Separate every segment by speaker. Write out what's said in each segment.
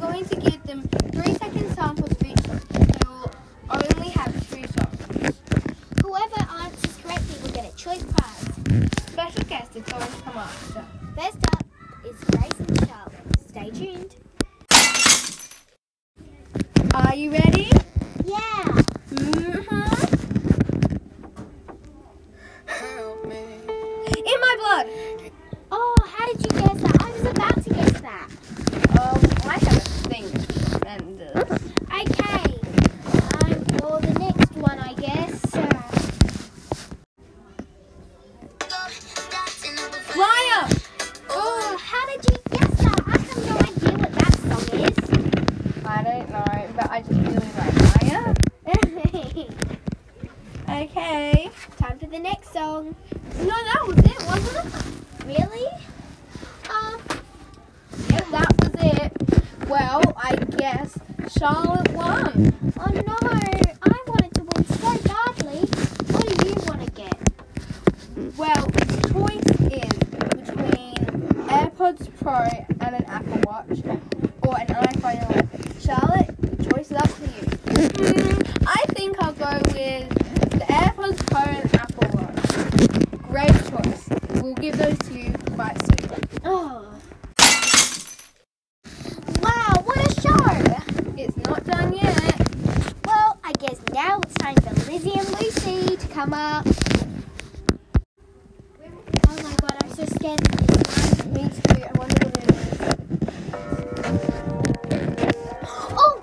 Speaker 1: going to give them three second samples of each song. They will only have three songs.
Speaker 2: Whoever answers correctly will get a choice prize.
Speaker 1: Special guest is going to come after.
Speaker 2: First up is Grace and Charlotte. Stay tuned.
Speaker 1: Are you ready?
Speaker 2: Yeah.
Speaker 1: Mm-hmm.
Speaker 3: Help me.
Speaker 1: In my blood.
Speaker 2: Oh, how did you guess that? I was about to guess that.
Speaker 1: Um, I have a thing. And uh,
Speaker 2: Okay. Time for the next one, I guess.
Speaker 1: liar.
Speaker 2: Oh, how did you guess that? I have no idea what that song is.
Speaker 1: I don't know, but I just really like liar. Okay.
Speaker 2: Time for the next song.
Speaker 1: No, that was it, wasn't it?
Speaker 2: Really? Uh,
Speaker 1: If that was it, well, I guess Charlotte won.
Speaker 2: oh no, I wanted to win so badly. What do you want to get?
Speaker 1: Well, the choice is between AirPods Pro and an Apple Watch or an iPhone 11. Charlotte, the choice is up to you. I think I'll go with the AirPods Pro and Apple Watch. Great choice. We'll give those to you quite soon.
Speaker 2: Oh. Wow, what a show!
Speaker 1: It's not done yet.
Speaker 2: Well, I guess now it's time for Lizzie and Lucy to come up. Oh my god, I'm so scared of this.
Speaker 1: Me too. I wonder what it is.
Speaker 2: Oh!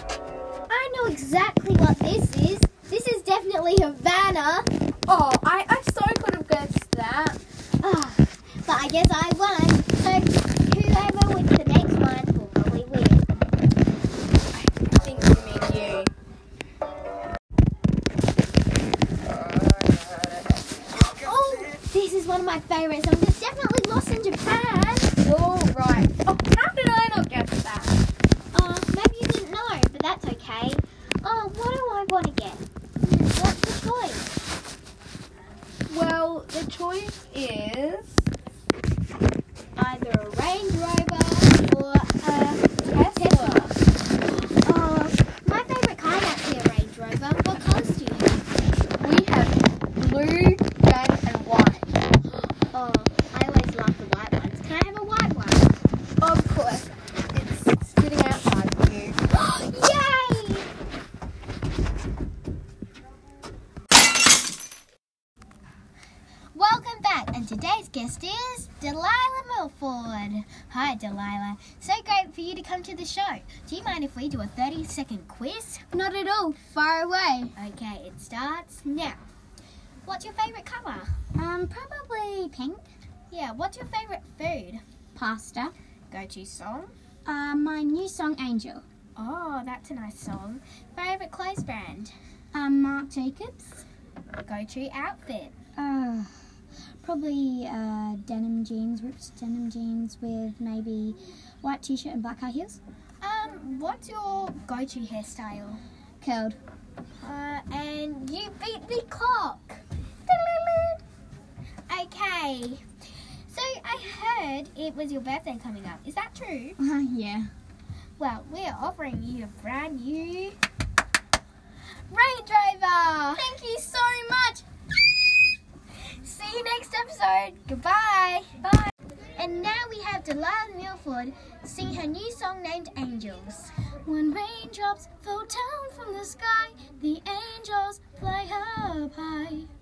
Speaker 2: I know exactly what this is. This is definitely Havana.
Speaker 1: Oh, I, I so could have guessed that.
Speaker 2: Ah, but I guess I won. So whoever wins the next one will probably win.
Speaker 1: I think you mean you.
Speaker 2: Oh, this is one of my favourite songs. It's definitely lost in Japan.
Speaker 1: All right. Oh, how did I not guess that?
Speaker 2: Oh, maybe you didn't know, but that's okay. Oh, what do I want to get? Hmm, What's the choice?
Speaker 1: Well, the choice is
Speaker 2: Either a Range Rover or a
Speaker 1: Tesla.
Speaker 2: oh, my favourite car's actually a Range Rover. What colours do you have?
Speaker 1: We have blue, red, and white.
Speaker 2: Oh, I always love the white ones. Can I have a white one?
Speaker 1: Of course, it's sitting outside for you.
Speaker 2: Yay! Welcome back, and today's guest is Delilah Milford. Hi, Delilah. So great for you to come to the show. Do you mind if we do a 30 second quiz?
Speaker 1: Not at all. Far away.
Speaker 2: Okay, it starts now. What's your favourite colour?
Speaker 4: Um, probably pink.
Speaker 2: Yeah, what's your favourite food?
Speaker 4: Pasta.
Speaker 2: Go to song.
Speaker 4: Uh, my new song, Angel.
Speaker 2: Oh, that's a nice song. Favourite clothes brand?
Speaker 4: Um, Marc Jacobs.
Speaker 2: Go to outfit.
Speaker 4: Uh, probably uh, denim jeans, ripped denim jeans with maybe white t-shirt and black high heels.
Speaker 2: Um, what's your go-to hairstyle?
Speaker 4: Curled.
Speaker 2: Uh, and you beat the clock. Okay. So I heard it was your birthday coming up. Is that true?
Speaker 4: Uh, yeah.
Speaker 2: Well, we are offering you a brand new Range Rover. Thank you so much. See you next episode. Goodbye. Bye. And now we have Delilah Milford sing her new song named Angels.
Speaker 4: When raindrops fall down from the sky, the angels fly up high.